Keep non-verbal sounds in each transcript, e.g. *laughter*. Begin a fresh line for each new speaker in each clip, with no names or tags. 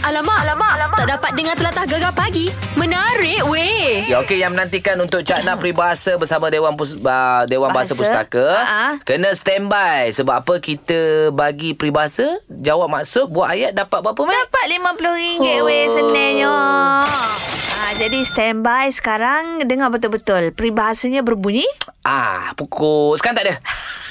Alamak, alamak, alamak. Tak dapat dengar telatah gegar pagi. Menarik weh.
Ya okey yang menantikan untuk Cakna Peribahasa bersama Dewan Pus, uh, Dewan Bahasa,
Bahasa?
Pustaka
Ha-ha.
kena standby sebab apa kita bagi peribahasa jawab maksud buat ayat dapat berapa Mat?
Dapat RM50 oh. weh senangnya. Ha, jadi standby sekarang dengar betul-betul. Peribahasanya berbunyi
Ah pukul sekarang tak ada.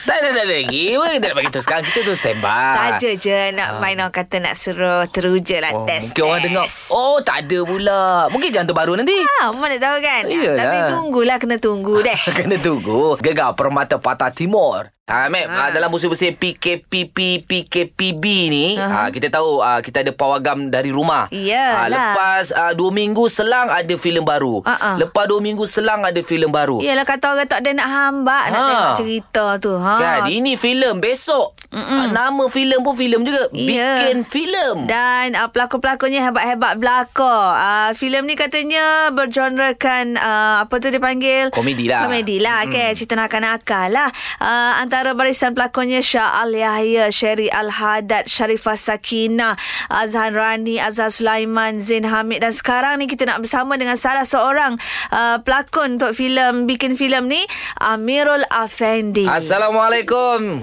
tak ada tak ada lagi. Weh, Kita nak bagi tu sekarang kita tu standby.
saja je nak main orang kata nak suruh teruja lah
Ah. Oh,
test.
mungkin orang
test.
dengar Oh tak ada pula Mungkin jangan terbaru nanti
Ha, mana tahu kan.
Iyalah.
Tapi tunggulah kena tunggu
*laughs*
deh.
Kena tunggu Gegar Permata Patah Timur Ah, Mek, ha. dalam musim-musim PKPP, PKPB ni uh-huh. kita tahu ah, kita ada pawagam dari rumah
Iyalah.
Ah, Lepas ah, dua minggu selang ada filem baru
Ah, ah.
Lepas dua minggu selang ada filem baru
Yelah kata orang tak ada nak hambak Nak
Ha.
tengok cerita tu ha.
Kan, ini filem besok ah, Nama filem pun filem juga
Ya.
Bikin filem
Dan uh, pelakon-pelakonnya hebat-hebat belakon. Uh, filem ni katanya bergenrekan uh, apa tu dipanggil?
Komedi lah.
Komedi lah mm. kan. Cerita nakal-nakal lah. Uh, antara barisan pelakonnya Syah Al-Yahya, Sherry Al-Hadad, Sharifah Sakina, Azhan Rani, Azhar Sulaiman, Zain Hamid. Dan sekarang ni kita nak bersama dengan salah seorang uh, pelakon untuk filem, bikin filem ni Amirul Afendi.
Assalamualaikum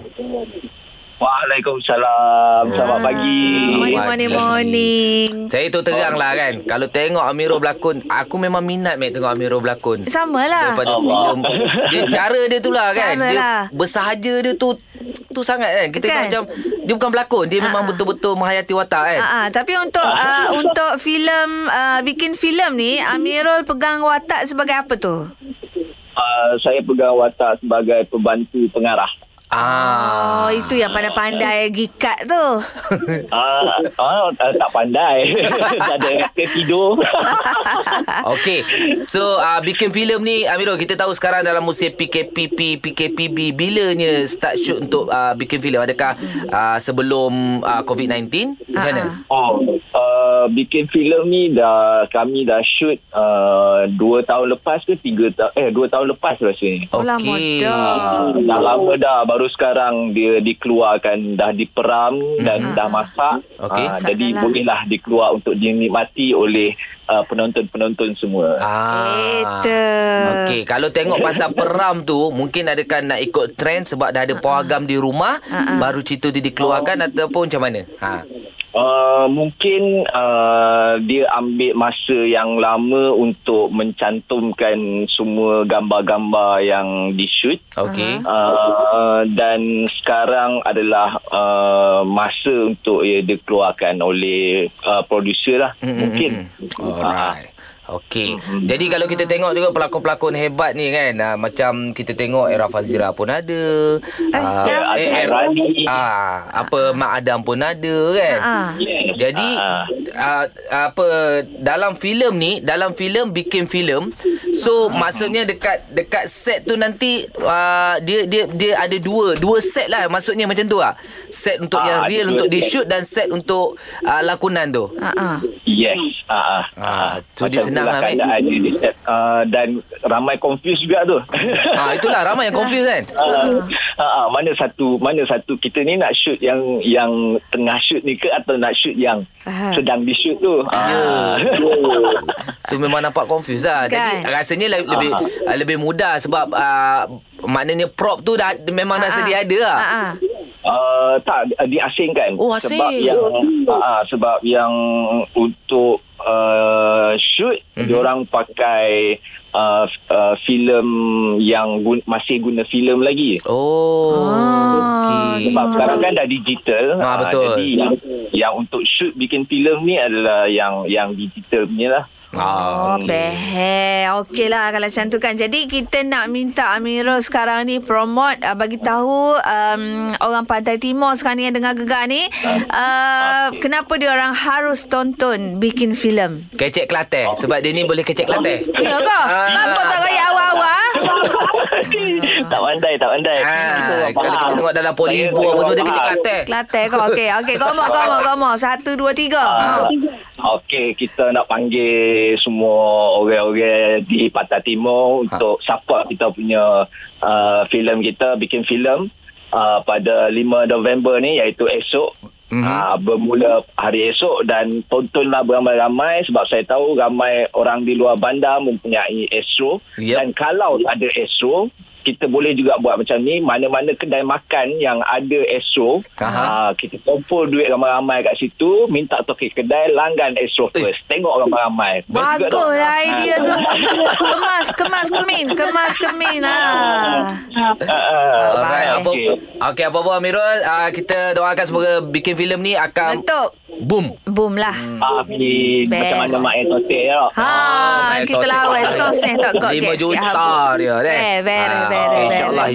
Waalaikumsalam. Selamat pagi.
Morning,
Ya. Pagi.
morning, morning.
Saya tu terang lah kan Kalau tengok Amirul berlakon Aku memang minat Mek tengok Amirul berlakon
Sama lah.
daripada
Allah.
filem dia cara dia tu lah kan
Cara
dia
lah.
bersahaja dia tu tu sangat kan kita
Kan?
kan? macam dia bukan berlakon dia memang betul-betul menghayati watak kan
Ah, ah, tapi untuk
Ah.
uh, untuk filem uh, bikin filem ni Amirul pegang watak sebagai apa tu?
Uh, saya pegang watak sebagai pembantu pengarah.
ah
Oh, itu yang pandai-pandai gikat tu.
Eh.
Ah, ah, ah, tak pandai.
*laughs*
tak ada ketidur.
Ah, Okey So uh, bikin filem ni Amirul kita tahu sekarang dalam musim PKPP PKPB Bilanya start shoot untuk uh, bikin filem Adakah uh, sebelum uh, COVID-19 Macam
Ah,
mana?
oh, uh, bikin filem ni dah kami dah shoot uh, dua tahun lepas ke tiga ta- eh dua tahun lepas rasanya.
Oh, lama
Okey
dah.
Ah, dah lama dah baru sekarang dia dikeluarkan dah diperam dan dah masak
Hmm. Okey.
Ah,
Masak
jadi
dah lah.
bolehlah dikeluar untuk dinikmati oleh ah, penonton-penonton semua
Ah.
Kereta.
Okey, kalau tengok pasal peram tu, mungkin adakah nak ikut trend sebab dah ada
Ha,
pawagam di rumah, baru cerita tu dikeluarkan ataupun macam mana? Ha.
Uh, mungkin uh, dia ambil masa yang lama untuk mencantumkan semua gambar-gambar yang di-shoot.
Okey.
Ha,
Uh, dan sekarang adalah uh, masa untuk ia dikeluarkan oleh uh, producer lah.
Mm, mm,
Mungkin.
mm. Alright. Okey.
Mm-hmm.
Jadi kalau kita tengok juga pelakon-pelakon hebat ni kan, ah, macam kita tengok Era Fazira pun ada. ah,
Era
Ah,
Fazira.
eh, Rani.
Ah, apa Mak Adam pun ada kan.
Ah.
Yes.
Jadi
Ah,
uh,
ah.
apa dalam filem ni, dalam filem bikin filem. So maksudnya dekat dekat set tu nanti uh, dia dia dia ada dua, dua set lah maksudnya macam tu lah. Set untuk yang
Ah,
real
dua
untuk di
set.
shoot dan set untuk uh, lakonan tu.
Ah, ah.
Yes. Ah, ah.
Ah, tu dia senang lah,
itulah
Mat.
keadaannya di set. Ah, dan ramai confuse juga tu.
Ah itulah ramai yang confuse kan.
Uh, uh, mana satu mana satu kita ni nak shoot yang yang tengah shoot ni ke atau nak shoot yang
Ah.
sedang di shoot tu. Ah.
Ya.
*laughs*
So memang nampak confuse lah. Jadi
Kan?
rasanya le- lebih uh,
Ah,
lebih mudah sebab uh, maknanya prop tu dah memang dah
Ah,
sedia
ah.
ada lah.
Ah, ah.
Uh, tak uh, diasingkan
Oh, asing.
sebab yang uh, sebab yang untuk uh, shoot
Mhm.
mm-hmm. diorang pakai uh, f- uh, filem yang gun- masih guna filem lagi.
Oh. Okey.
Sebab sekarang kan dah digital.
Ah,
Ah,
betul.
Jadi yang, yang untuk shoot bikin filem ni adalah yang yang digital punya lah.
Oh,
Ah,
behel. Okey lah kalau macam tu kan. Jadi kita nak minta Amirul sekarang ni promote, uh, bagi tahu um, orang Pantai Timur sekarang ni yang dengar gegar ni, uh,
Ah.
kenapa dia orang harus tonton bikin filem?
Kecek Kelate Sebab dia ni boleh kecek Kelate
Ya ke?
Ah.
Mampu tak kaya awal-awal? ah?
tak pandai, tak pandai. Kita
Ah,
orang
kalau
faham.
kita tengok dalam Polivo
Saya-
apa semua
saya
dia kecek
faham.
Kelate.
Kelate kau. Okey, okey. Gomo, gomo, gomo. Satu, dua, tiga. Ha.
Ah, Okey, kita nak panggil semua orang-orang di Pantai Timur untuk support kita punya uh, filem kita, bikin filem uh, pada 5 November ni iaitu esok. Mm-hmm. Uh, bermula hari esok dan tontonlah beramai-ramai sebab saya tahu ramai orang di luar bandar mempunyai Astro
Yep.
dan kalau tak ada Astro kita boleh juga buat macam ni mana-mana kedai makan yang ada Astro
Aha.
uh, kita kumpul duit ramai-ramai kat situ minta toke kedai langgan
Eh.
Astro
lah
first tengok ramai-ramai Bagus juga tau.
Baguslah idea
Ah.
tu. Kemas, kemas, kemin. Kemas, kemin. Ah.
*laughs* Ah, ah.
Alright, apa
Okey.
Okey, apa apa Amirul, uh, kita doakan semoga bikin filem ni akan
Betul.
boom.
Boom lah.
Amin.
Best.
Macam mana mak Ah, yang ya. totik tau.
Ha,
Ah,
kita
totik.
lawan sos eh tak kot
5 juta dia deh.
Eh, very,
Ah,
very,
okey,
very.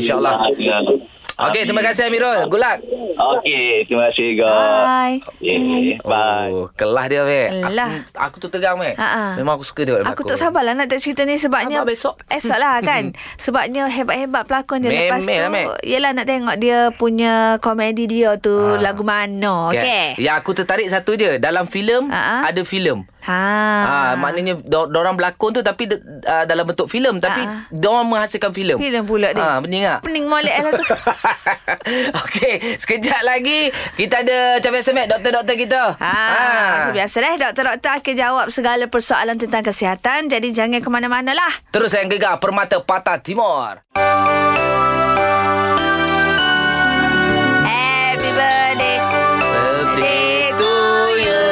InsyaAllah, insyaAllah.
Ah,
Okey, terima kasih Amirul. Good luck.
ya. Okey, terima kasih juga.
Bye.
Yeah, bye.
Oh, kelas dia, Mek.
Kelas.
Aku, aku tu terang, Mek.
Ha, ha.
Memang aku suka tengok
Aku tak sabarlah nak tengok cerita ni sebabnya
Sabar besok.
Esok
*laughs*
lah kan Sebabnya hebat-hebat pelakon dia Lepas tu
Memel lah, Mek.
Yelah nak tengok dia punya komedi dia tu Lagu mana Okay,
Ah. Ya, aku tertarik satu je. Dalam filem,
Ha, ha.
ada filem.
Ha.
Ah, maknanya do- orang berlakon tu tapi de- ah, dalam bentuk filem tapi
Ah.
dorang menghasilkan filem.
Filem pula dia.
Ah, pening
*laughs*
tak?
Pening molek lah tu
Okey, sekejap lagi kita ada macam biasa Mac, doktor-doktor kita.
Ha,
Ah.
macam biasa deh Doktor-doktor akan jawab segala persoalan tentang kesihatan Jadi jangan ke mana-mana lah
Terus yang gegar Permata Patah Timur.
Happy birthday Birthday to you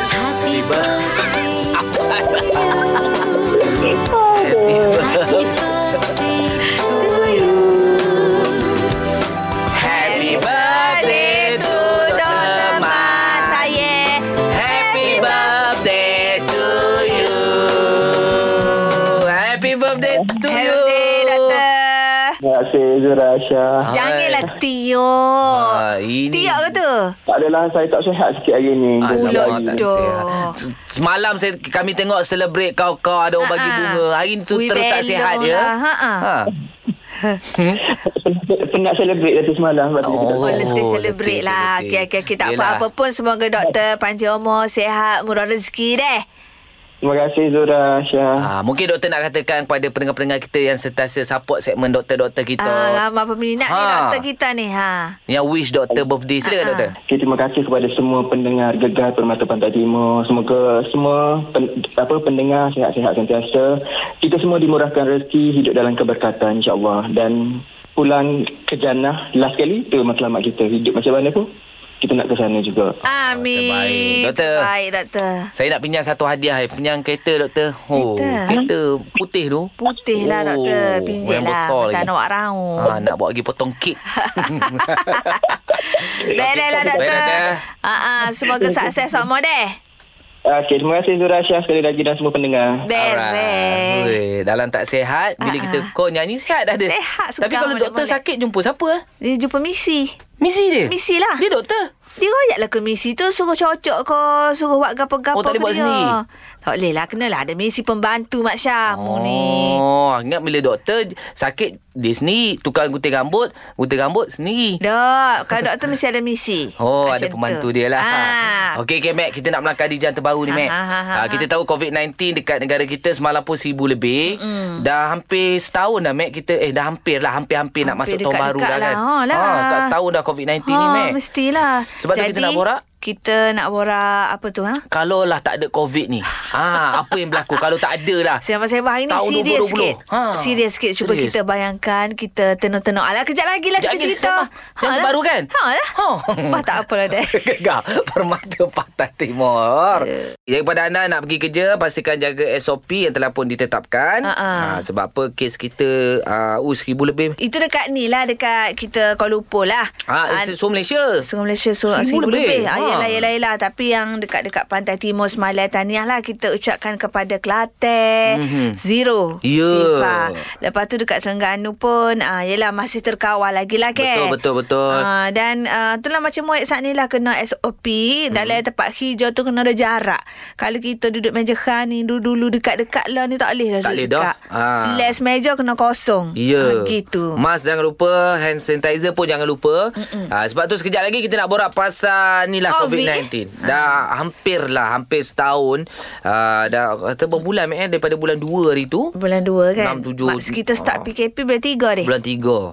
Happy birthday. Happy birthday to you.
Happy birthday to Dr.
Mat
Mat.
Saya
Happy birthday to you. Happy birthday to
Happy
you.
birthday Doktor
Terima kasih Zura Aisyah.
Alright.
Janganlah tiup.
Ah, ini-
Tiup ke tu?
Tak adalah saya tak sihat sikit hari ni.
Ah,
Mulut
alamak, tak
doh.
sihat. Se- Semalam saya, kami tengok celebrate kau-kau ada orang bagi
Ha-ha.
bunga. Hari ni tu
Ui,
terus tak
belok
sihat ya.
lah. Ha-ha.
Penat celebrate dah semalam.
Oh,
Oh, letih
letih,
celebrate lah.
letih.
Okey, okey, okey. Tak
Yelah.
apa-apa pun. Semoga doktor panjang umur, sihat, murah rezeki deh.
Terima kasih Zura
Ah,
Aisyah.
mungkin doktor nak katakan kepada pendengar-pendengar kita yang sentiasa support segmen doktor-doktor kita.
Ah, ramai peminat ni
Ha.
doktor kita ni. Ha.
Yang wish doktor birthday.
Ah,
Silakan
ah.
doktor.
Okay, terima kasih kepada semua pendengar Gegar Permata Pantai Timur. Semoga semua pen, apa pendengar sihat-sihat sentiasa. Kita semua dimurahkan rezeki, hidup dalam keberkatan insya-Allah dan pulang ke jannah last kali itu matlamat kita. Hidup macam mana pun kita nak ke sana juga.
Ah, Amin.
terbaik. Doktor.
Baik, doktor.
Saya nak pinjam satu hadiah. eh. Pinjam kereta doktor. Oh,
Kereta?
kereta putih tu.
Putih lah,
Oh,
doktor.
yang
Pinjil lah.
besar
Tak
lagi.
nak awak raung.
Ah, nak bawa pergi potong
*laughs*
kek.
Beres lah, doktor.
Beres dah.
Ah, ah, Semoga sukses semua deh.
Okey, terima kasih Zura Aisyah sekali lagi dan semua pendengar.
Alright.
Beres.
Weh, Dalam tak sehat Bila
Ah,
kita
ah.
call nyanyi Sehat dah dia
Sehat
Tapi
segar
kalau
molek-molek.
doktor sakit Jumpa siapa eh?
Dia jumpa misi.
Misi dia
Misi lah.
Dia doktor
Dia royaklah ke misi tu Suruh cocok ke Suruh buat gapo-gapo
Oh, tak boleh
ke
buat
dia.
sendiri?
Tak boleh lah Kenalah ada misi pembantu Mak Syamu ni
Oh, ingat bila doktor sakit dia sendiri tukar gunting rambut, gunting rambut sendiri.
Dok Kalau doktor mesti ada misi Ah,
Oh,
Macam
ada
tu.
pembantu dia lah.
Ah.
Okey, okay, Mac. Kita nak melangkah di jalan terbaru ni,
Ah,
Mac.
ah, ah,
Ah,
ah.
kita tahu COVID-19 dekat negara kita semalam pun seribu lebih. Mm. Dah hampir setahun dah, Mac. Kita, eh, dah hampir lah. Hampir-hampir nak masuk
Hampir
tahun baru
dekat-dekat
dah kan.
lah. Oh, lah.
Ah, kat setahun dah COVID-19 ni,
Ha,
Mac.
Mestilah
Sebab tu kita nak borak?
Kita nak borak Apa tu ha?
Kalau lah tak ada COVID
*laughs*
ni, ah, apa yang berlaku? Kalau tak ada lah.
Sembang-sembang hari ni
Tahun
serius
2020.
sikit.
Ha.
Serius sikit. Cuba
Serius.
kita bayangkan, kita tenung-tenung. Alah, kejap lagi lah
Kejap
kita
lagi kita
cerita.
sembang. Jangan
lah.
baru kan?
Ha lah.
Ha. *laughs*
Bah, tak lah, apalah deh.
Gegar Permata Pantai Timur
Ya.
Jadi kepada anda nak pergi kerja Pastikan jaga SOP yang telah pun ditetapkan
Ha, ha.
Ha, Sebab apa kes kita uh, Uh seribu lebih
Itu dekat ni lah Dekat kita Kuala Lumpur lah
Ah,
Ah,
itu semua Malaysia
Sungai Malaysia so,
Seribu
seribu
lebih.
lebih. Ha.
Ha.
Yelah, yelah, yelah. Tapi yang dekat-dekat pantai timur Semalai Tahniah lah kita ucapkan kepada Kelantan. Mm-hmm. Zero.
Mhm. Ya.
Sifar. Lepas tu dekat Terengganu pun ah, yelah masih terkawal lagi lah kan.
Betul, betul, betul.
Ah, dan ah, itulah macam muat saat ni lah kena SOP.
Mhm.
Dalam tempat hijau tu kena ada jarak. Kalau kita duduk meja khan ni dulu-dulu dekat-dekat lah ni tak boleh dah
Tak
duduk
boleh dah.
dekat.
Ah.
Slash meja kena kosong.
Ya
Ah, gitu.
Mask Ah, jangan lupa Hand sanitizer pun jangan lupa ha, Sebab tu sekejap lagi Kita nak borak pasal Ni lah COVID-19.
Ah.
Dah hampir lah, hampir setahun. Uh, dah kata berbulan eh, daripada bulan 2 hari tu.
Bulan 2 kan?
Enam, tujuh,
Maksud kita
ah.
start PKP bulan 3 deh.
Bulan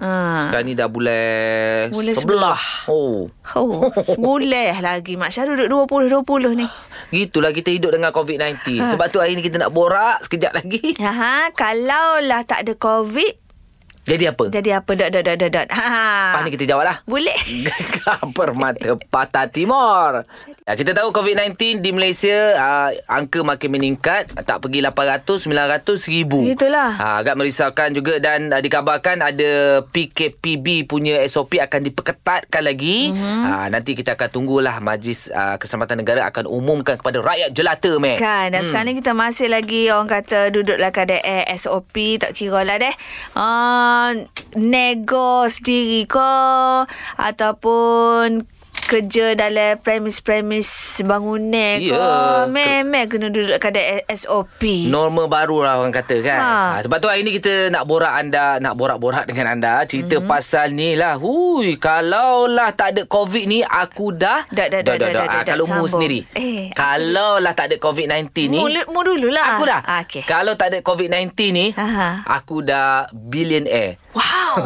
3.
Ah.
Sekarang ni dah Eh. Ha. bulan,
Bulan
sebelah. Oh.
*laughs* Oh, sebulan lagi. Mak Syah duduk 20-20 ni.
Gitulah kita hidup dengan COVID-19. Sebab tu hari ni kita nak borak sekejap lagi.
Ha, kalau lah tak ada COVID,
Jadi apa?
jadi apa? Dot, dot, dot, dot, dot.
Lepas
Ha.
ni kita jawab lah.
Boleh.
Gegar *laughs* Permata Patah Timur. Ya, kita tahu COVID-19 di Malaysia uh, angka makin meningkat. Tak pergi 800, 900, 1000.
Itulah.
Uh, agak merisaukan juga dan uh, dikabarkan ada PKPB punya SOP akan diperketatkan lagi. Mm-hmm. Uh, nanti kita akan tunggulah Majlis uh, Keselamatan Negara akan umumkan kepada rakyat jelata, meh.
Kan Dan hmm. sekarang ni kita masih lagi Orang kata Duduklah eh, kadang air SOP Tak kira lah deh uh, Nego sendiri ke Ataupun kerja dalam premis-premis bangunan
Ya.
yeah. ke memang kena duduk kadang SOP
Norma baru lah orang kata kan. Ha.
Ha.
Ha, sebab tu hari ni kita nak borak anda, nak borak-borak dengan anda.
Mhm.
Cerita mm-hmm. pasal ni lah. Hui, kalaulah tak ada COVID ni, aku dah...
Dah, dah, dah, dah, dah,
Ah,
dah,
Kalau mu
sambung.
sendiri.
Eh, aku-
kalaulah tak ada COVID-19 ni...
Mu, mu dulu lah
Aku dah.
ah, okay.
Kalau tak ada COVID-19 ni,
Aha.
aku dah billionaire.
*laughs* Wow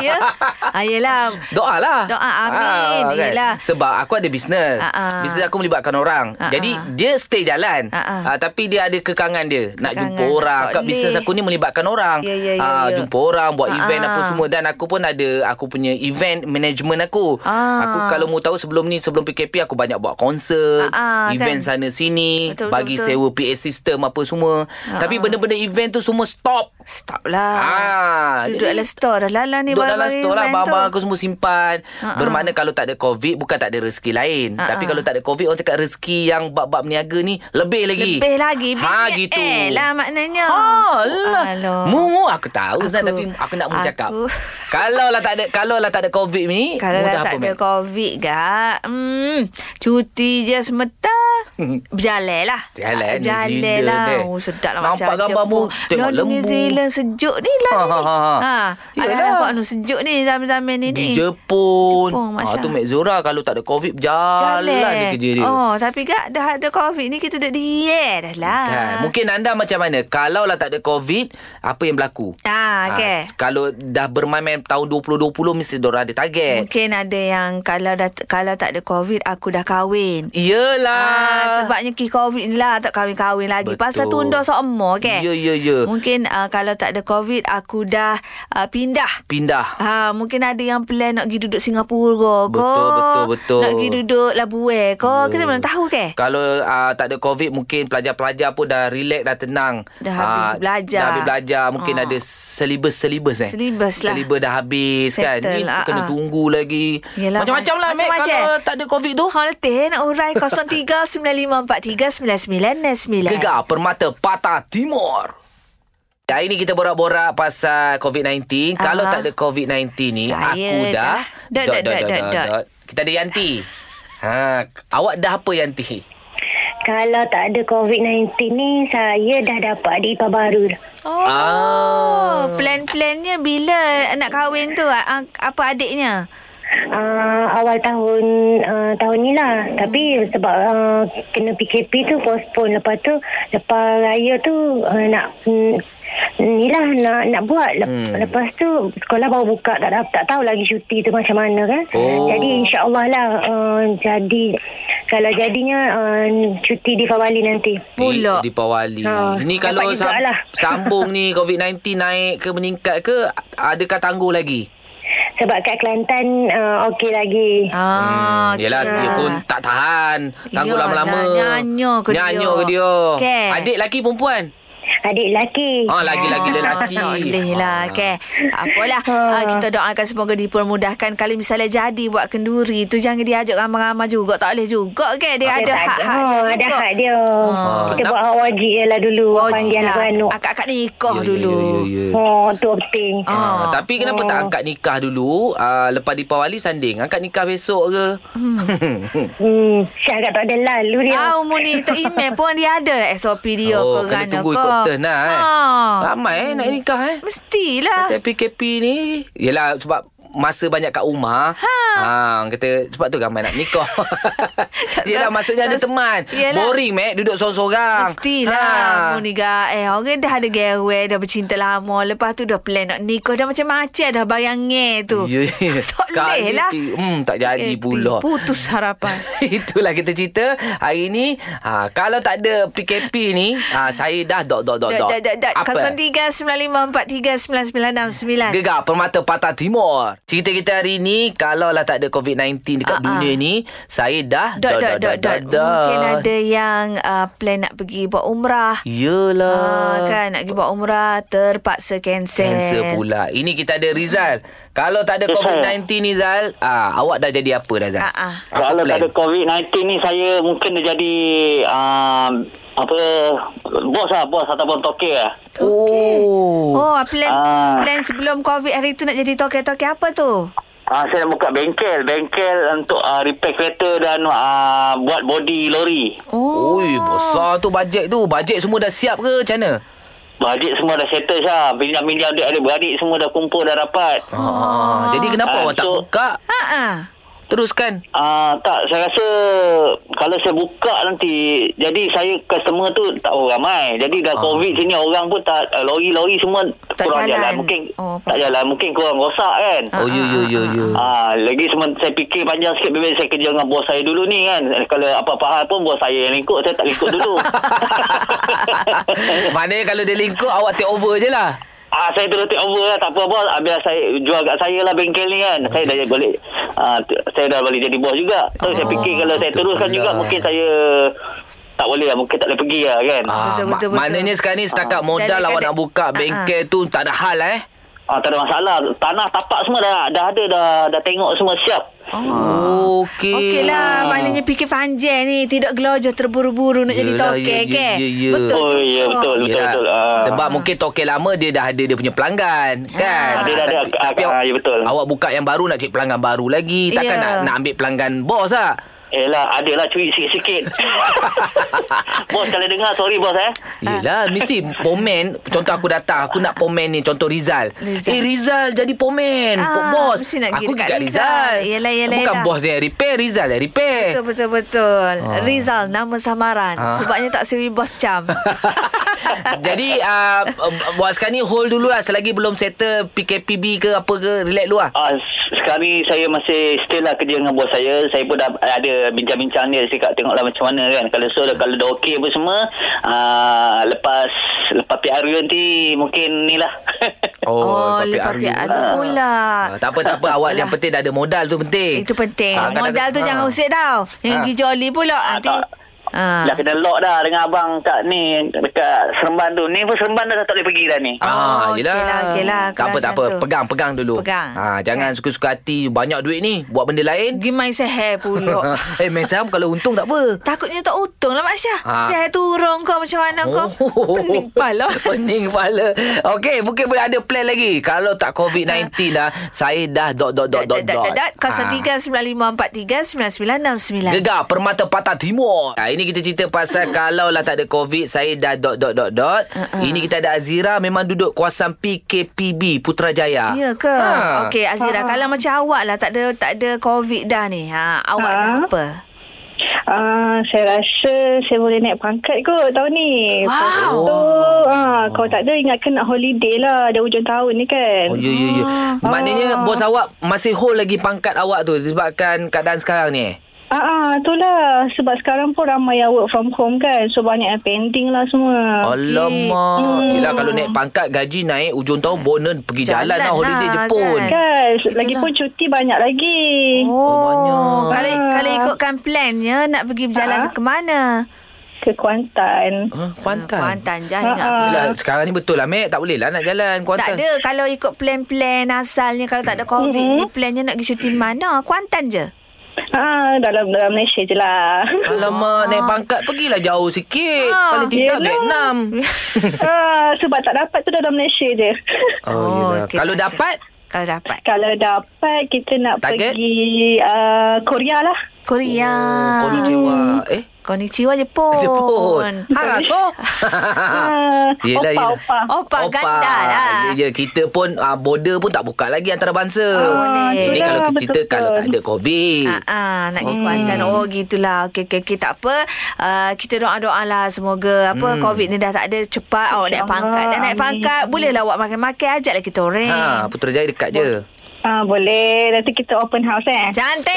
Ya
*laughs*
ah, Yelah
Doalah.
Doa, amin. Yelah.
lah. kan? Sebab aku ada bisnes.
Ah, ah.
Bisnes aku melibatkan orang.
Ah,
Jadi
ah.
dia stay jalan.
Ah, ah.
Ah, tapi dia ada kekangan dia. Nak
Kekangan.
jumpa orang.
Tak
Kat
boleh.
bisnes aku ni melibatkan orang.
Ya, ya, ya,
Ah,
ya.
jumpa orang, buat
Ah,
event
ah.
apa semua dan aku pun ada aku punya event management aku.
Ah.
Aku kalau mau tahu sebelum ni sebelum PKP aku banyak buat konsert,
Ah, ah,
event
kan?
sana sini,
Betul, betul,
bagi
betul. Ah,
sewa PA system apa semua. Tapi benda-benda event tu semua stop.
Stop lah
Ah,
Duduk
jadi-
dalam store dah lah ni
Duduk dalam
barang-barang
store lah
event tu.
Barang-barang aku semua simpan uh-uh. Bermakna kalau tak ada covid Bukan tak ada rezeki lain uh-uh.
Ha-ha.
Tapi kalau tak ada covid Orang cakap rezeki yang Bab-bab niaga ni Lebih lagi
Lebih lagi
Ha
Billionaire
gitu
lah maknanya
Ha lah
Alah.
Mu mu aku tahu
Aku-
Zat Tapi aku nak mu cakap
aku-
*laughs* Kalau lah tak ada Kalau lah tak ada covid ni
kalau
mu dah
dah tak
apa,
ada
Mat?
COVID gak, hmm, cuti je
*laughs*
semeta. Berjalan lah.
Jalan, New
Berjalan
Zealand,
lah.
eh.
Oh, sedap lah
Nampak
macam
gambar mu,
Jepun.
tengok
Lah, New
lembu.
Zealand sejuk ni lah.
Ha,
ni.
ha, ha, ha.
ha.
Yalah.
Alah, alah, sejuk ni zaman-zaman ni.
Di
ni.
Jepun,
Jepun,
Ah,
Masya.
Tu Mek Zura Kalau tak ada covid Jalan, Jalan. lah dia kerja dia
Oh, tapi gak dah ada COVID ni kita duduk diet dah lah.
Kan. Mungkin anda macam mana? Kalau lah tak ada COVID, apa yang berlaku?
Ah, okey.
Ah, kalau dah bermain-main tahun 2020, mesti diorang ada target.
Mungkin ada yang kalau dah kalau tak ada COVID aku dah kahwin.
Iyalah.
Ah, sebabnya ki COVID ni lah tak kahwin-kahwin lagi.
Betul.
Pasal tunda seumur kan.
Ya, ya, ya.
Mungkin uh, kalau tak ada COVID aku dah uh, pindah.
Pindah.
Ha, mungkin ada yang plan nak pergi duduk Singapura ke.
Betul, betul, betul. Ya.
Nak pergi duduk Labuan ke. Kita mana tahu ke?
Kalau uh, tak ada COVID, mungkin pelajar-pelajar pun dah relax, dah tenang.
Dah
Ah,
habis belajar.
Dah habis belajar. Mungkin
Ah.
ada selibus-selibus eh.
Syllabus lah.
Selibus dah habis kan. Ni
Settle, ah,
kena
ah.
tunggu lagi.
Yelah,
Macam-macam lah, Mac.
macam-macam.
Kalau tak ada COVID tu.
Ha, letih nak
*laughs*
urai 0395439969.
Gegar Permata Patah Timur. Ya, Hari ni kita borak-borak pasal COVID-19.
Aha.
Kalau tak ada COVID-19 ni,
Saya
aku dah...
dah- dot, dot, dot, dot, dot.
Kita ada Yanti. ha, awak dah apa Yanti?
Kalau tak ada COVID-19 ni, saya dah dapat adik ipar baru. lah.
Oh.
Ah.
Plan-plannya bila nak kahwin tu ah, ah, apa adiknya?
Uh, awal tahun uh, tahun ni lah. Tapi sebab uh, kena PKP tu postpone. Lepas tu, lepas raya tu uh, nak... Mm, ni lah nak, nak buat. Lep,
Hmm.
Lepas tu, sekolah baru buka. Tak, tak, tak tahu lagi cuti tu macam mana kan.
Oh.
Jadi, insyaAllah lah. Uh, jadi, kalau jadinya uh, cuti di Fawali nanti.
Pulak.
Di Pawali.
Ah,
Ini
dapat
kalau
juga lah.
*laughs* sambung ni COVID-19 naik ke meningkat ke, adakah tangguh lagi?
Sebab kat Kelantan, uh, okey lagi.
Ah,
Hmm, Yelah, dia pun tak tahan. Tangguh
Yalah,
lama-lama.
nyanyo ke dia.
Nyanyo ke dia.
Okey.
Adik lelaki perempuan?
Adik lelaki.
Ah, lagi-lagi lelaki.
Boleh lah
Ah.
okay. Tak apalah ah, Kita doakan semoga dipermudahkan Kali misalnya jadi buat kenduri tu Jangan diajak ramai-ramai juga Tak boleh juga ke Dia ada
tak
hak-hak
Oh,
dia
ada
juga.
hak dia.
Ah.
Kita
Nak- Oh,
buat hak wajib je lah dulu. Wajib
Wajib
Panggil
lah
anak-anak.
Akak-akak nikah
Ya, ya,
dulu
ya, ya, ya.
Oh, tu penting.
Ah. Tapi kenapa tak angkat nikah dulu uh, Lepas Deepawali sanding Angkat nikah besok ke *laughs*
Hmm, Syah agak tak ada lalu dia.
Ah, umur ni tu email pun dia ada lah SOP dia
Oh
ke
kena
kerana
tunggu
ke.
ikut turn lah eh.
Ah.
Ramai eh nak nikah eh
Mestilah
Tapi PKP ni Yelah sebab masa banyak kat rumah. Ha. ha kata sebab tu ramai nak nikah. Yalah maksudnya
*laughs*
ada
tak-
teman.
Yelah.
Boring mek duduk seorang-seorang. Ah.
Mestilah ha. Moniga Eh orang dah ada gawe Dah bercinta lama Lepas tu dah plan nak nikah Dah macam-macam Dah bayangnya tu
Ya, ya.
*laughs* Tak
Sekali
boleh lah
pi- hmm, tak jadi
Eh, pi-
pula.
Putus
*laughs*
harapan
Itulah kita cerita hari ni. Ha, kalau tak ada PKP ni, ha, saya dah dot dot dot dot.
Dot, dot, dot.
Apa?
0395439969
Gegar Permata Patah Timur. Cerita kita hari ni kalau lah tak ada COVID-19 dekat
Ah, ah.
uh-uh. dunia ni, saya dah
Dot, dot, dot, dot. Mungkin ada yang uh, plan nak pergi buat umrah.
Yelah.
Uh, kan nak pergi buat umrah terpaksa cancel.
Cancer pula. Ini kita ada Rizal. Kalau
*laughs*
tak ada COVID-19 ni Zal, ah, awak dah jadi apa dah Zal?
Ah, ah.
Apa
Kalau tak
plan?
ada COVID-19 ni saya mungkin dia jadi um, apa bos lah bos ataupun toke lah.
Oh.
Oh, plan
Ah.
plan sebelum COVID hari tu nak jadi toke-toke apa tu?
Ah, saya nak buka bengkel, bengkel untuk uh, repair kereta dan uh, buat body lori.
Oh.
Ui, besar tu bajet tu. Bajet semua dah siap ke macam mana?
Bajet semua dah settle lah. sah. Pinjam-pinjam adik-adik semua dah kumpul dah rapat.
Ah, jadi kenapa
Ah,
awak tak
so-
buka?
Ha ah.
Teruskan.
Ah tak saya rasa kalau saya buka nanti jadi saya customer tu tak orang ramai. Jadi
Ah.
dah covid sini orang pun tak ah, lori-lori semua
Tak
kurang
jalan.
jalan. Mungkin
Oh,
tak
faham.
jalan, mungkin kurang rosak kan.
Ah,
Oh, yo yo yo yo.
Ah, lagi semen, saya fikir panjang sikit Bila saya kerja dengan bos saya dulu ni kan Kalau apa-apa hal pun Bos saya yang lingkut Saya tak lingkut *laughs* dulu
*laughs* Maknanya kalau dia lingkup awak take over je lah.
Ah, saya terus take over lah Tak apa bos ah, Biar saya jual kat saya lah bengkel ni kan Saya dah balik ah, t- Saya dah balik jadi bos juga So saya fikir kalau saya
betul
teruskan
pula.
Ah, juga Mungkin saya Tak boleh lah Mungkin tak boleh pergi lah kan ah,
Betul,
Ah, mak-
betul, Ah. betul.
Maknanya sekarang ni setakat modal
Dari
awak
kedai-
nak buka
Ah,
bengkel tu tak ada hal eh.
Ah, Tak ada masalah Tanah tapak semua dah Dah ada dah Dah tengok semua siap
Okey.
Oh. Okey
Ah.
lah, maknanya fikir panjang ni. Tidak gelar je terburu-buru nak jadi
Yelah,
toke
ya, ya,
ke.
ya, ya.
Betul.
Oh,
tu.
ya, betul.
Yelah,
betul, ah.
Sebab mungkin toke lama dia dah ada dia punya pelanggan
Ah.
kan.
Dia dah ada,
Tapi-
ah,
tapi
ah,
awak-
ya, betul.
Awak buka yang baru nak cari pelanggan baru lagi. Takkan
Ya.
nak nak ambil pelanggan bos lah.
Eh lah Ada lah cuit *laughs* sikit-sikit Bos kalau dengar Sorry bos eh
Ah.
Yelah Mesti pomen Contoh aku datang Aku nak pomen ni Contoh Rizal,
Rizal.
Eh Rizal jadi pomen
Ah,
Bos
mesti nak pergi
Aku
dekat
dekat
Rizal.
Rizal
Yelah, yelah,
Bukan
yelah.
bos dia yang repair Rizal yang repair
Betul *laughs* betul betul. Rizal nama samaran.
Ah.
Sebabnya tak sewi bos
*laughs*
cam.
*laughs* Jadi uh, Buat sekarang ni Hold dulu lah Selagi belum settle PKPB ke apa ke Relax dulu lah
Ah, s- sekarang ni saya masih still lah kerja dengan bos saya. Saya pun dah eh, ada bincang-bincang dia sikit tengoklah macam mana kan. Kalau so kalau dah okey apa semua, ah, lepas lepas PRU nanti mungkin ni lah. *laughs*
Oh,
tapi
lepas
Aryu.
PRU pula.
Ah, Tak apa tak apa Awak yang penting dah ada modal tu penting
Itu penting.
Ah, kadang-
Modal tu
ah.
jangan usik tau. Yang
Ah.
pergi joli pula nanti.
tak. Lah.
Ah.
Dah kena lock dah dengan abang kat ni dekat Seremban tu. Ni pun Seremban dah tak boleh pergi dah ni.
Ah,
Oh,
yelah.
okey lah, okey lah.
Tak
Kalau
apa, tak apa.
macam tu.
Pegang, pegang dulu.
Pegang.
Ah, jangan suka-suka hati. Banyak duit ni. Buat benda lain.
Pergi main seher
*laughs*
pula.
eh, main saham kalau untung tak apa.
Takutnya tak untung lah Mak Syah.
Ah. Oh.
Seher turun kau macam mana kau. Pening kepala.
Pening kepala. Okey, mungkin boleh ada plan lagi. Kalau tak COVID-19 dah, saya dah dot *laughs* dot Ah. dot dot dot. Ah.
0395439969.
Gegar Permata Patah Timur. Ha, ini kita cerita *laughs* pasal kalau lah tak ada COVID, saya dah dot dot dot dot. Uh-uh. Ini kita ada Azira memang duduk kuasam PKPB Putrajaya.
Ya ke?
Ha.
Okey Azira, kalau macam awak lah tak ada tak ada COVID dah ni. Ha, awak
Ha.
nak apa?
Ah, saya rasa saya boleh naik pangkat kot tahun ni.
Wow.
Lepas tu, ah, kalau tak ada ingatkan nak holiday lah. Dah hujung tahun ni kan.
Oh, ya, ya, ya. Maknanya bos awak masih hold lagi pangkat awak tu disebabkan keadaan sekarang ni?
Ah, ah, itulah. Sebab sekarang pun ramai yang work from home kan. So, banyak yang pending
Oh,
lah semua.
Alamak.
Hmm.
Yelah kalau naik pangkat gaji naik ujung tahun bonus pergi jalan,
Jalan
lah holiday
lah,
Jepun.
kan?
Kan?
Itulah.
Lagipun
lah.
cuti banyak lagi.
Oh, kalau kalau ikutkan plannya nak pergi berjalan
Ha.
ke mana?
Ke Kuantan.
Huh? Kuantan.
Kuantan je ingat.
Ha,
Ha, Yelah, sekarang ni betul lah Mek Tak boleh lah nak jalan
Tak
Kuantan
ada kalau ikut plan-plan asalnya kalau tak ada COVID ni plannya nak pergi cuti mana? Kuantan
*laughs*
je.
Ah, dalam dalam Malaysia je lah. *laughs*
Alamak naik pangkat Pergilah jauh sikit
Ah,
Paling tidak
yelah.
*laughs*
Vietnam
ah, sebab tak dapat tu dalam Malaysia je.
Oh,
Oh,
yelah.
okey,
Kalau
okey.
dapat
Kalau dapat.
Kalau dapat kita nak
ah,
Target?
pergi uh, Korea lah.
Korea.
Konnichiwa Eh?
Konnichiwa Ah. Jepun. Ah.
Jepun.
*laughs*
Haraso. yelah, yelah.
Ah. Opa, opa.
Opa, ganda lah.
Ya, ya. Kita pun, ah, border pun tak buka lagi antara bangsa.
Ah,
Ini
itulah,
kalau kita
betul-betul.
kalau tak ada COVID.
Ah, ah, nak pergi Kuantan. Oh, gitulah. Okey, okey, okey. Tak apa. Uh, kita doa-doa lah. Semoga apa
Hmm.
COVID ni dah tak ada. Cepat awak naik pangkat. Dah naik
amin.
pangkat, bolehlah awak makan-makan. Ajaklah kita orang.
Ha, Putrajaya dekat je.
Ah, boleh. Nanti kita open house eh.
Cantik.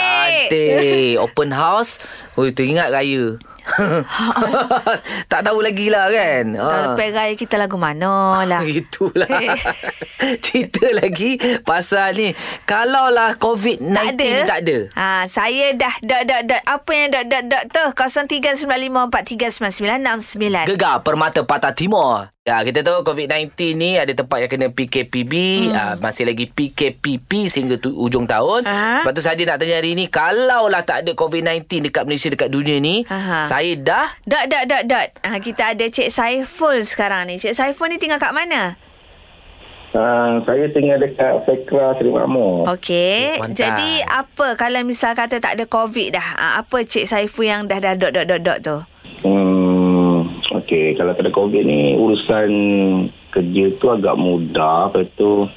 Cantik. Open house. Oh, teringat raya. *laughs* tak tahu lagi lah kan.
Tahun
Ha.
lepas raya kita lagu mana lah.
*laughs* Itulah Cerita lagi Pasal ni Kalaulah COVID-19
tak ada.
Ah, ni tak ada
Ha, saya dah dot dot dot. Apa yang dot dot dot tu? 0395439969.
Gegar Permata Patah Timur Ya, kita tahu COVID-19 ni ada tempat yang kena PKPB, hmm. uh, masih lagi PKPP sehingga tu, ujung tahun.
Ah.
Sebab tu saja nak tanya hari ni, kalaulah tak ada COVID-19 dekat Malaysia, dekat dunia ni,
Aha.
saya dah
Dot dot dot dot. Ha, kita ada Cik Saiful sekarang ni. Cik Saiful ni tinggal kat mana?
Uh, saya tengah dekat Fekra Seri Makmur.
Oh.
Okey.
Kuantan.
Jadi apa kalau misal kata tak ada COVID dah? Ha, apa Cik Saiful yang dah dah dot dot dot dot tu?
Hmm, Okey, kalau tak ada COVID ni urusan kerja tu agak mudah. Lepas tu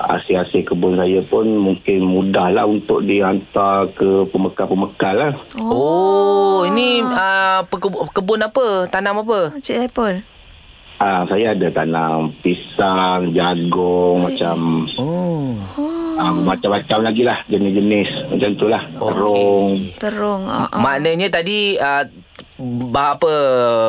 hasil-hasil kebun saya pun mungkin mudah lah untuk dihantar ke pemekal-pemekal lah.
Oh, ini
Ah.
uh, perkebun, kebun apa? Tanam apa?
Cik Saiful.
Ah, saya ada tanam pisang, jagung, macam
Oh.
ah, macam-macam lagi lah jenis-jenis macam tu lah. Terung.
Terung. Ha, ha.
Maknanya tadi uh, bah- apa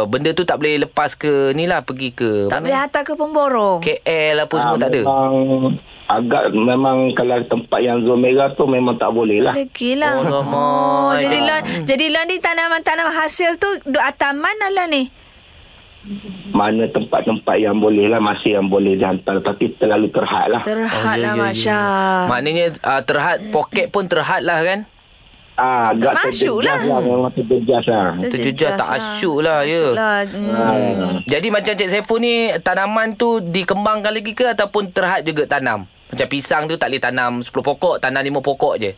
benda tu tak boleh lepas ke ni lah pergi ke
Tak
mana?
boleh hantar ke pemborong.
KL apa semua
Ah,
tak ada.
Memang agak memang kalau tempat yang zon merah tu memang tak boleh lah.
Lagi lah.
Oh, lama.
Oh, jadi
Jadi-
lah, jadi lah ni tanaman-tanaman hasil tu duk atas mana lah ni?
Mana tempat-tempat yang boleh lah masih yang boleh dihantar tapi terlalu terhad lah.
Terhad
ya,
lah
ya, ya.
Masya.
Maknanya uh, terhad poket pun terhad lah kan.
Ah, agak
Termasuk
terjejas
lah.
lah. Memang terjejas lah.
Terjejas tak asyuk lah ya.
Lah. Hmm.
Ah.
Jadi macam Cik Saiful ni tanaman tu dikembangkan lagi ke ataupun terhad juga tanam? Macam pisang tu tak boleh tanam 10 pokok, tanam 5 pokok je.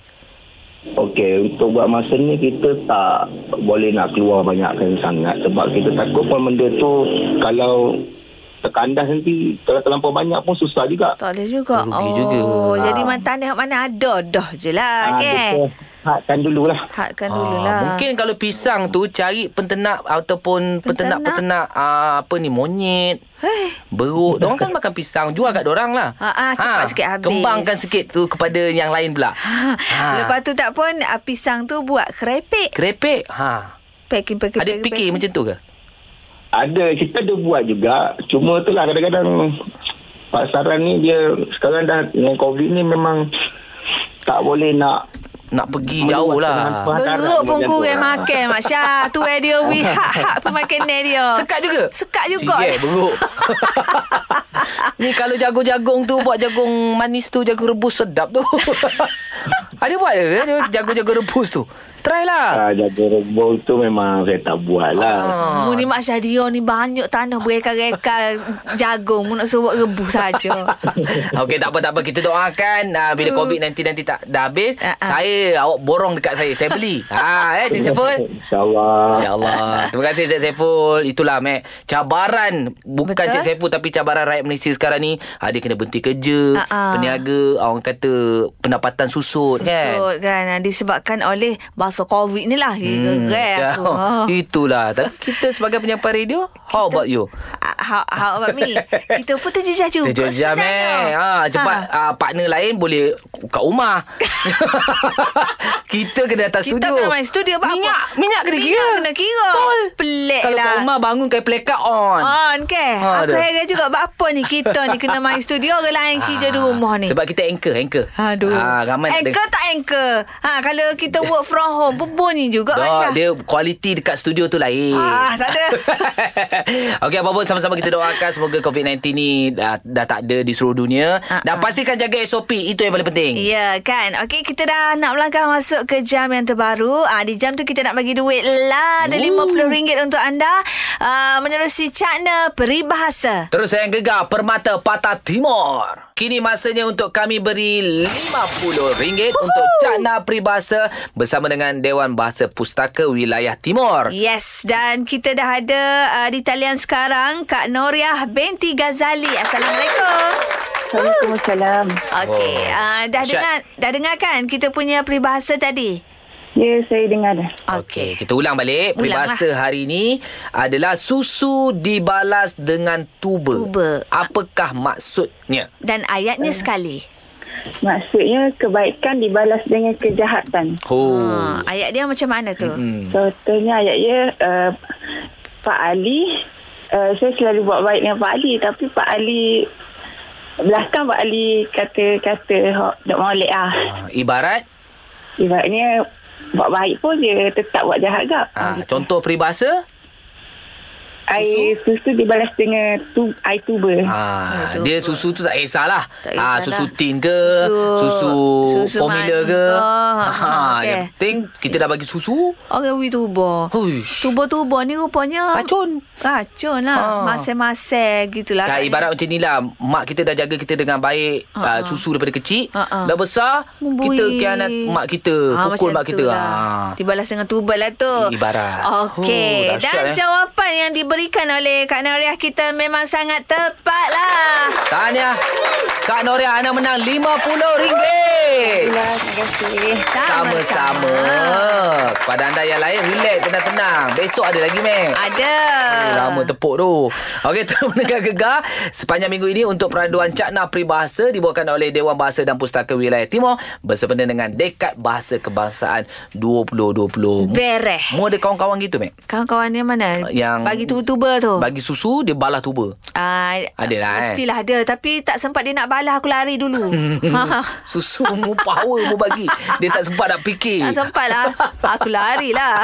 Okey, untuk buat masa ni kita tak boleh nak keluar banyakkan sangat sebab kita takut pun benda tu kalau terkandas nanti kalau terlampau banyak pun susah juga.
Tak boleh juga.
Rugi
oh,
juga. lah.
jadi mana tanah mana ada dah je lah.
Ah, kita
Okay.
hadkan dululah.
Hadkan
Ah,
dulu lah.
Mungkin kalau pisang tu cari penternak ataupun
Penternak.
peternak-peternak ah, apa ni monyet.
Hei.
Beruk. Diorang kan makan pisang jual kat diorang lah.
Ah, ah, cepat sikit habis.
Kembangkan sikit tu kepada yang lain pula. Ha.
*laughs* Lepas tu tak pun ah, pisang tu buat kerepek.
Kerepek. Ha.
Packing, packing,
Ada
packing,
fikir
packing.
macam tu ke?
Ada, kita ada buat juga. Cuma itulah kadang-kadang pasaran ni dia sekarang dah dengan COVID ni memang tak boleh nak
Nak pergi jauh lah.
Meluaskan hantaran
Beruk pun
macam tu. lah.
kurang makan Mak Syah Tu eh dia
*laughs*
Wih hak-hak pemakanan dia
Sekat juga?
Ah, Sekat juga.
Sial,
*laughs*
beruk. Ni kalau jagung-jagung tu buat jagung manis tu, jagung rebus sedap tu. *laughs* Ada buat ke dia jagung-jagung rebus tu? Try lah.
Ah, jaga rebung tu memang saya tak buat lah.
Mu ni Mak Syah dia ni banyak tanah berekal-rekal jagung. Mu nak suruh buat rebus saja.
*laughs* Okey tak apa tak apa kita doakan uh, bila COVID nanti nanti tak dah habis
Ah, ah.
saya awak borong dekat saya saya beli.
*laughs*
ha eh Cik Saiful.
InsyaAllah.
InsyaAllah Terima kasih Cik Saiful Itulah Mac Cabaran Bukan
Betul.
Cik Saiful Tapi cabaran rakyat Malaysia sekarang ni ah, Dia kena berhenti kerja
Ah, ah.
Peniaga Orang kata Pendapatan susut,
So
kan
kan disebabkan oleh bahasa COVID ni lah. Hmm. Gerak
Ya,
aku.
*laughs*
Oh. *laughs*
Itulah Tapi kita sebagai penyampai radio How about you?
How, how about me? Kita pun terjejah juga
Tujuh jam eh ha, Cepat ha. Uh, partner lain boleh Kat
*laughs*
rumah Kita kena datang
Kita
studio
kena main studio apa?
Minyak Minyak kena
minyak
kira
kena kira. Pelik
Kalau
lah.
kat rumah bangun Kain plekat on
On ke?
Ah,
aku
dah.
heran juga Buat apa ni kita ni kena main studio Orang
*laughs*
lain kerja di rumah ni
Ah, Sebab kita anchor, anchor.
Aduh.
Ha, ramai nak
anchor tak anchor. Ha, kalau
*laughs*
kita work from home pun bunyi juga
dengar.
Masya.
Oh, dia kualiti dekat studio tu lain.
Ah, tak ada.
*laughs* Okey, apa pun sama-sama kita doakan semoga COVID-19 ni dah, dah tak ada di seluruh dunia.
Ah,
Dan
ah.
pastikan jaga SOP, itu yang paling penting.
Ya kan Okey kita dah nak melangkah Masuk ke jam yang terbaru ah, Di jam tu kita nak bagi duit lah Ada RM50 untuk anda ah, Menerusi Cakna Peribahasa
Terus saya gegar Permata Patah Timur. Kini masanya untuk kami beri RM50 untuk Cakna Peribahasa bersama dengan Dewan Bahasa Pustaka Wilayah Timur.
Yes, dan kita dah ada uh, di talian sekarang Kak Noriah binti Ghazali. Assalamualaikum.
Assalamualaikum.
Okey,
Oh.
uh, dah
Syad.
dengar dah dengar kan kita punya peribahasa tadi?
Ya, saya dengar dah.
Okey, kita ulang
Ulang lah.
balik. Peribahasa hari ini adalah susu dibalas dengan tuba.
Tuba.
Apakah maksudnya?
Dan ayatnya
Oh.
sekali.
Maksudnya kebaikan dibalas dengan kejahatan.
Oh.
Ha, ayat dia macam mana tu? Hmm.
Contohnya ayatnya uh, Pak Ali uh, saya selalu buat baik dengan Pak Ali tapi Pak Ali belakang Pak Ali kata-kata hok dok molek ah.
Ah, Ibarat
Ibaratnya buat baik pun dia tetap buat jahat gak.
ah, contoh peribahasa
air susu dibalas dengan tu, air tuba.
Ah,
Aduh.
dia susu tu tak kisahlah.
Tak kisahlah.
ah, susu tin ke,
Susu-
susu,
susu
formula
madu.
ke.
Oh,
ha,
okey.
yang penting kita dah bagi susu.
Orang we tubuh.
Huish.
Tubuh-tubuh ni rupanya
Racun.
Racun lah.
Ah.
Masih-masih gitulah.
Kan ibarat macam ni lah Mak kita dah jaga kita dengan baik
Ah,
uh-huh. uh, Susu daripada kecil
Ha-ha.
Dah besar
Membui.
Kita kianat mak kita
Ah,
Pukul
macam
mak kita Ah.
tu lah. Dibalas dengan tubat lah tu.
Ibarat.
Okey.
Oh, dahsyat,
Dan
eh.
jawapan yang diberikan oleh Kak Nariah kita memang sangat tepat lah.
Tahniah Kak Noria Ana menang RM50
Ya, terima kasih.
Sama-sama Kepada anda yang lain Relax tenang-tenang Besok ada lagi Mac
Ada. Ah.
Lama tepuk tu Okey *laughs* terus mendengar gegar Sepanjang minggu ini Untuk peraduan Cakna Peribahasa Dibawakan oleh Dewan Bahasa dan Pustaka Wilayah Timur Bersempena dengan Dekat Bahasa Kebangsaan 2020
Bereh.
Mu ada kawan-kawan gitu Mac
Kawan-kawan yang mana?
Yang
Bagi tuba-tuba tu.
Bagi susu Dia balah tuba
Ah,
Ada lah, eh.
Mestilah ada Tapi tak sempat dia nak balas Aku lari
*laughs*
dulu *laughs* ha,
Susu
*laughs*
mu power mu bagi Dia tak sempat nak fikir
Tak sempat lah Aku lari lah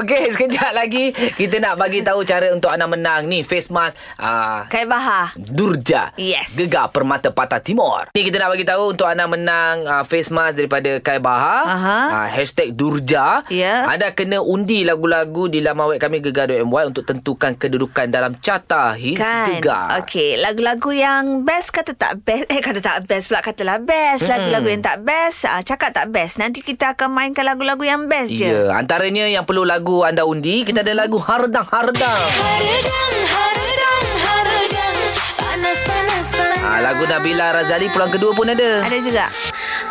Okey sekejap lagi Kita nak bagi tahu Cara untuk anda menang Ni face mask ah,
Kai Bahar
Durja
Yes.
Gegar Permata Patah Timur Ni kita nak bagi tahu Untuk anda menang uh, Face mask daripada Kai Bahar
Aha.
uh, Hashtag Durja
Ya.
Anda kena undi lagu-lagu Di laman web kami Gegar.my Untuk tentukan kedudukan Dalam carta His
Kan
Gegar
Okay Lagu-lagu yang best Kata tak best Eh kata tak best pula Katalah best Lagu-lagu yang tak best ah, Cakap tak best Nanti kita akan mainkan Lagu-lagu yang best
Ya,
je
antaranya yang perlu lagu anda undi, kita ada lagu Hardang Hardang.
Harudang, harudang, harudang. Panas, panas, panas.
Ah, lagu Nabila Razali pulang kedua pun ada.
Ada juga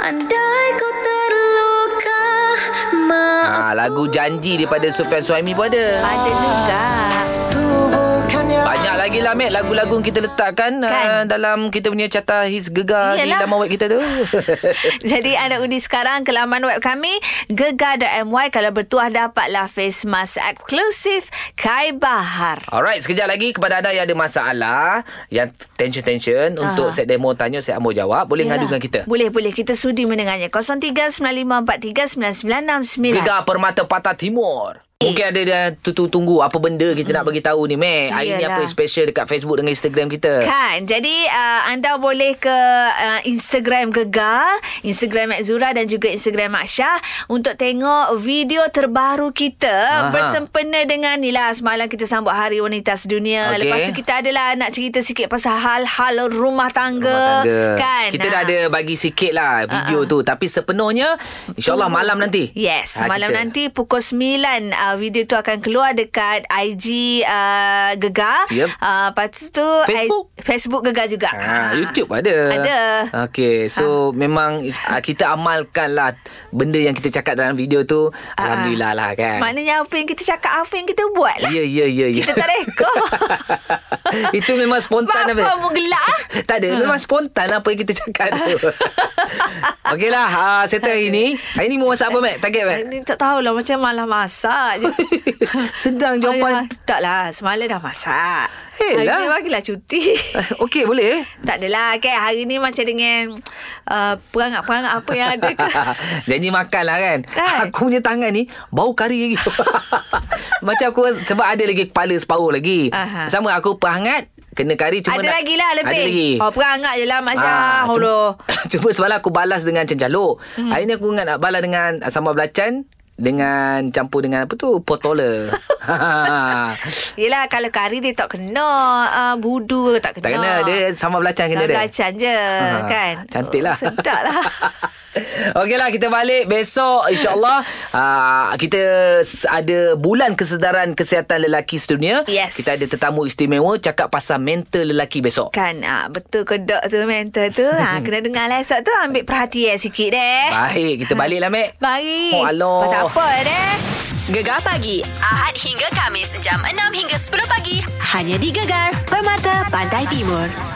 Andai ku terluka, maaf.
Ah, lagu Janji daripada Sufian Suhaimi pun ada.
Ada juga
Banyak lagi lah Mat Lagu-lagu yang kita letakkan
Kan?
uh, Dalam kita punya carta His Gegar
Iyalah.
Di laman web
*laughs*
kita tu
Jadi anda undi sekarang ke laman web kami gegar.my kalau bertuah dapatlah face mask eksklusif Kai Bahar.
Alright sekejap lagi Kepada anda yang ada masalah Yang tension-tension
Ah.
Untuk set demo tanya Set ambo jawab Boleh ngadu dengan kita
Boleh, boleh. Kita sudi mendengarnya. 0395439969.
Gegar Permata Patah Timur Mungkin ada dia tunggu-tunggu apa benda kita
Hmm.
nak bagi tahu ni, Mek. Hari ni
Iyalah.
apa yang special dekat Facebook dengan Instagram kita.
Kan Jadi uh, anda boleh ke uh, Instagram Gegar Instagram Mak Zura Dan juga Instagram Mak Syah Untuk tengok video terbaru kita
Aha.
Bersempena dengan ni lah Semalam kita sambut Hari Wanita Sedunia
Okey.
Lepas tu kita adalah Nak cerita sikit pasal hal-hal rumah
Rumah
tangga,
tangga.
Kan
Kita dah
Ha.
ada bagi sikit lah video tu. Tapi sepenuhnya, insyaAllah malam nanti.
Yes,
Ah,
malam
kita.
nanti pukul 9 uh, video tu akan keluar dekat IG uh, Gegar.
Yep.
Uh, lepas tu
Facebook.
I, Facebook Gegar juga.
Ha, YouTube ada.
Ah. Ada.
Okey, so ha. memang ah, kita amalkan lah benda yang kita cakap dalam video tu. Alhamdulillah lah
Ah,
kan.
Maknanya apa yang kita cakap, apa yang kita buat lah.
Ya, ya, ya. ya.
Kita tak rekod.
*laughs* Itu memang spontan
Apa
apa?
kamu gelak? ah?
*laughs* Tak ada Memang spontan lah apa yang kita cakap
*laughs*
tu Okeylah uh, Settle hari ni Hari ni mau masak apa Mac? Target Mac?
Ni tak tahulah macam malah masak je.
*laughs* Sedang
Ayah,
jawapan
taklah, semalam dah masak.
Eh
Hari
lah.
ni bagilah cuti. *laughs*
Okey boleh eh?
Tak adalah kan Hari ni macam dengan uh, Perangat-perangat apa yang ada ke
Janji makan lah kan?
Kan?
*laughs* Aku punya tangan ni Bau kari lagi *laughs* Macam aku rasa- Sebab ada lagi Kepala separuh lagi
Aha.
Sama aku pahangat Kena kari *laughs* cuma
Ada
nak,
lagi lah lebih
Ada lagi Ah,
Oh perangat je lah Mak Syah
*laughs* cuma,
Holo Mhm.
cuma semalam aku balas dengan cencaluk hmm. Hari ni aku ingat nak balas dengan Sambal belacan dengan campur dengan apa tu
*laughs*
potola.
Yelah kalau kari dia tak kena uh, Budu tak kena
*laughs* tak kena dia sama belacan kena
Sambal
dia.
belacan je
Ha,
kan
Cantik lah
oh, Sedap
*laughs*
lah
Okeylah kita balik besok
*laughs*
insyaAllah uh, Kita s- ada bulan kesedaran kesihatan lelaki sedunia
Yes.
Kita ada tetamu istimewa cakap pasal mental lelaki besok
Kan ah, Betul kedok tu mental tu ah, Kena dengar lah esok tu Ambil perhatian sikit deh
Baik kita balik lah Mek
Mari
Oh, aloh.
Tak apa deh
Gegar pagi Ahad hingga Kamis jam 6 hingga 10 pagi hanya di Gegar Permata Pantai Timur.